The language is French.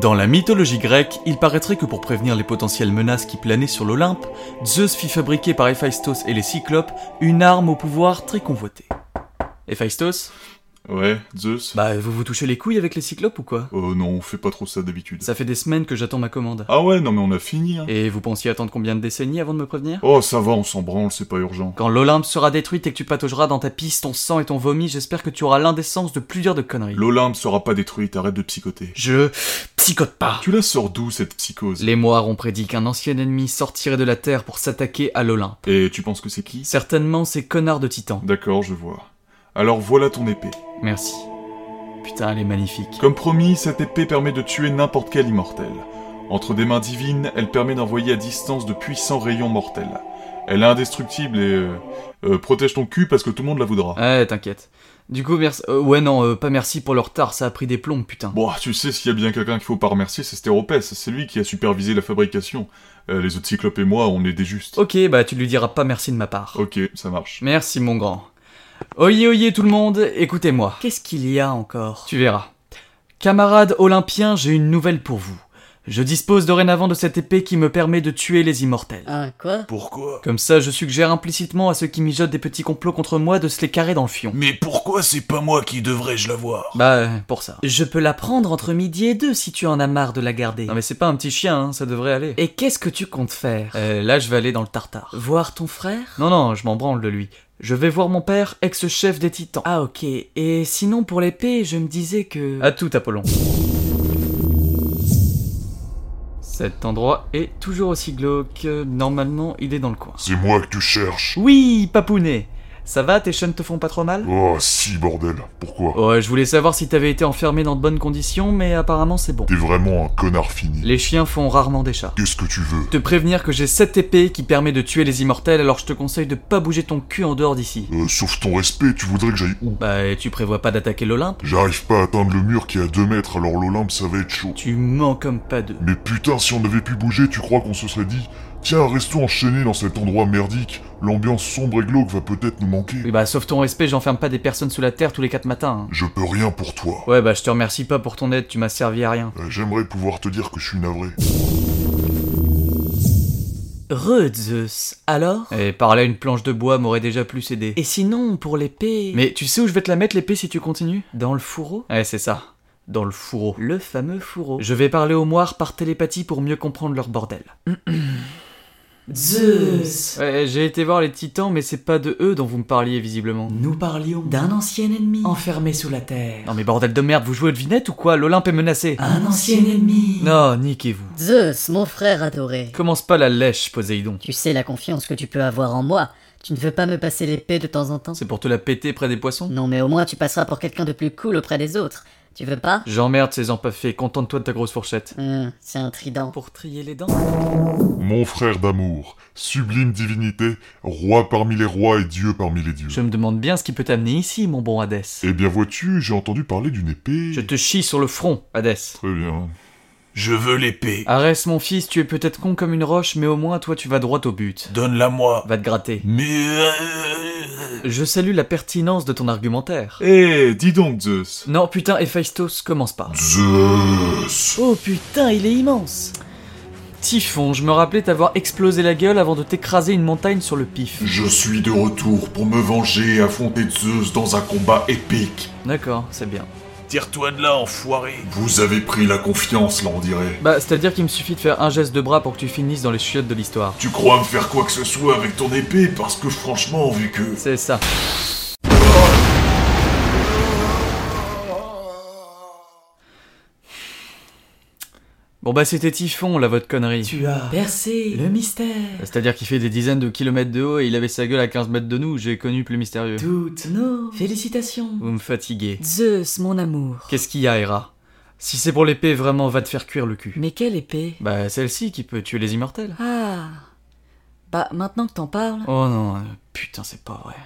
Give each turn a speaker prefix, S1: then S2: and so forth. S1: Dans la mythologie grecque, il paraîtrait que pour prévenir les potentielles menaces qui planaient sur l'Olympe, Zeus fit fabriquer par Héphaïstos et les Cyclopes une arme au pouvoir très convoitée. Héphaïstos
S2: Ouais, Zeus.
S1: Bah, vous vous touchez les couilles avec les Cyclopes ou quoi
S2: Oh non, on fait pas trop ça d'habitude.
S1: Ça fait des semaines que j'attends ma commande.
S2: Ah ouais, non mais on a fini, hein.
S1: Et vous pensiez attendre combien de décennies avant de me prévenir
S2: Oh, ça va, on s'en branle, c'est pas urgent.
S1: Quand l'Olympe sera détruite et que tu pataugeras dans ta piste ton sang et ton vomi, j'espère que tu auras l'indécence de plusieurs de conneries.
S2: L'Olympe sera pas détruite, arrête de psychoter.
S1: Je psychote pas.
S2: Tu la sors d'où cette psychose
S1: Les moires ont prédit qu'un ancien ennemi sortirait de la Terre pour s'attaquer à l'Olympe.
S2: Et tu penses que c'est qui
S1: Certainement ces connards de titans.
S2: D'accord, je vois. Alors voilà ton épée.
S1: Merci. Putain, elle est magnifique.
S2: Comme promis, cette épée permet de tuer n'importe quel immortel. Entre des mains divines, elle permet d'envoyer à distance de puissants rayons mortels. Elle est indestructible et euh, euh, protège ton cul parce que tout le monde la voudra.
S1: Ouais, t'inquiète. Du coup, merci. euh, ouais, non, euh, pas merci pour leur retard, ça a pris des plombs, putain.
S2: Bon, tu sais, s'il y a bien quelqu'un qu'il faut pas remercier, c'est Stéropès. C'est lui qui a supervisé la fabrication. Euh, les autres cyclopes et moi, on est des justes.
S1: Ok, bah tu lui diras pas merci de ma part.
S2: Ok, ça marche.
S1: Merci, mon grand. Oyez, oyez tout le monde, écoutez-moi. Qu'est-ce qu'il y a encore Tu verras. Camarades olympiens, j'ai une nouvelle pour vous. Je dispose dorénavant de cette épée qui me permet de tuer les immortels.
S3: Hein, quoi
S2: Pourquoi
S1: Comme ça, je suggère implicitement à ceux qui mijotent des petits complots contre moi de se les carrer dans le fion.
S2: Mais pourquoi c'est pas moi qui devrais-je l'avoir
S1: Bah, euh, pour ça.
S3: Je peux la prendre entre midi et deux si tu en as marre de la garder.
S1: Non mais c'est pas un petit chien, hein, ça devrait aller.
S3: Et qu'est-ce que tu comptes faire
S1: Euh, là, je vais aller dans le tartare.
S3: Voir ton frère
S1: Non, non, je m'en branle de lui. Je vais voir mon père, ex-chef des titans.
S3: Ah ok, et sinon pour l'épée, je me disais que...
S1: À tout, Apollon. Cet endroit est toujours aussi glauque. Normalement, il est dans le coin.
S4: C'est moi que tu cherches.
S1: Oui, papounet Ça va, tes chaînes te font pas trop mal
S4: Oh, si, bordel. Pourquoi
S1: Ouais, je voulais savoir si t'avais été enfermé dans de bonnes conditions, mais apparemment c'est bon.
S4: T'es vraiment un connard fini.
S1: Les chiens font rarement des chats.
S4: Qu'est-ce que tu veux
S1: Te prévenir que j'ai cette épée qui permet de tuer les immortels, alors je te conseille de pas bouger ton cul en dehors d'ici.
S4: Euh, Sauf ton respect, tu voudrais que j'aille où
S1: Bah, et tu prévois pas d'attaquer l'Olympe
S4: J'arrive pas à atteindre le mur qui est à 2 mètres, alors l'Olympe, ça va être chaud.
S1: Tu mens comme pas deux.
S4: Mais putain, si on avait pu bouger, tu crois qu'on se serait dit Tiens, restons enchaînés dans cet endroit merdique. L'ambiance sombre et glauque va peut-être nous
S1: Oui,
S4: manquer.
S1: bah, sauf ton respect, j'enferme pas des personnes sous la terre tous les quatre matins. hein.
S4: Je peux rien pour toi.
S1: Ouais, bah, je te remercie pas pour ton aide, tu m'as servi à rien.
S4: Euh, J'aimerais pouvoir te dire que je suis navré.
S3: Re Zeus, alors
S1: Et parler à une planche de bois m'aurait déjà plus aidé.
S3: Et sinon pour l'épée...
S1: Mais tu sais où je vais te la mettre, l'épée, si tu continues
S3: Dans le fourreau
S1: Ouais, c'est ça. Dans le fourreau.
S3: Le fameux fourreau.
S1: Je vais parler aux moires par télépathie pour mieux comprendre leur bordel.
S3: Zeus
S1: Ouais, j'ai été voir les titans, mais c'est pas de eux dont vous me parliez visiblement.
S3: Nous parlions d'un ancien ennemi enfermé sous la terre. Ah,
S1: Non mais bordel de merde, vous jouez aux devinettes ou quoi L'Olympe est menacée.
S3: Un ancien ennemi
S1: Non, niquez-vous.
S5: Zeus, mon frère adoré,
S1: Commence pas la lèche, Poséidon.
S5: tu sais la confiance que tu peux avoir en moi. Tu ne veux pas me passer l'épée de temps en temps
S1: C'est pour te la péter près des poissons
S5: Non, mais au moins tu passeras pour quelqu'un de plus cool auprès des autres. Tu veux pas
S1: J'emmerde ces empaffés, contente-toi de ta grosse fourchette.
S5: Hum, C'est un trident.
S3: Pour trier les dents
S4: Mon frère d'amour, sublime divinité, roi parmi les rois et dieu parmi les dieux.
S1: Je me demande bien ce qui peut t'amener ici, mon bon Hadès.
S4: Eh bien vois-tu, j'ai entendu parler d'une épée.
S1: Je te chie sur le front, Hadès.
S4: Très bien.
S6: Je veux l'épée.
S1: Arès, mon fils, tu es peut-être con comme une roche, mais au moins toi tu vas droit au but.
S6: Donne-la moi.
S1: Va te gratter.
S6: Mais... euh,
S1: Je salue la pertinence de ton argumentaire.
S2: Eh, dis donc, Zeus.
S1: Non, putain, Héphaïstos, commence pas.
S4: Zeus
S3: Oh putain, il est immense
S1: Typhon, je me rappelais t'avoir explosé la gueule avant de t'écraser une montagne sur le pif.
S2: Je suis de retour pour me venger et affronter Zeus dans un combat épique.
S1: D'accord, c'est bien.
S6: Tire-toi de là, enfoiré.
S2: Vous avez pris la confiance, là, on dirait.
S1: Bah, c'est-à-dire qu'il me suffit de faire un geste de bras pour que tu finisses dans les chiottes de l'histoire.
S2: Tu crois me faire quoi que ce soit avec ton épée parce que franchement, vu que...
S1: C'est ça. Bon bah c'était Typhon là votre connerie.
S3: Tu as percé le mystère
S1: C'est-à-dire qu'il fait des dizaines de kilomètres de haut et il avait sa gueule à 15 mètres de nous, j'ai connu plus mystérieux.
S3: toutes nos félicitations.
S1: Vous me fatiguez.
S3: Zeus, mon amour.
S1: Qu'est-ce qu'il y a, Hera Si c'est pour l'épée, vraiment, va te faire cuire le cul.
S3: Mais quelle épée
S1: Bah, celle-ci qui peut tuer
S3: Mm.
S1: les immortels.
S3: Ah Bah, maintenant que t'en parles,
S1: Oh non, euh, putain, c'est pas vrai.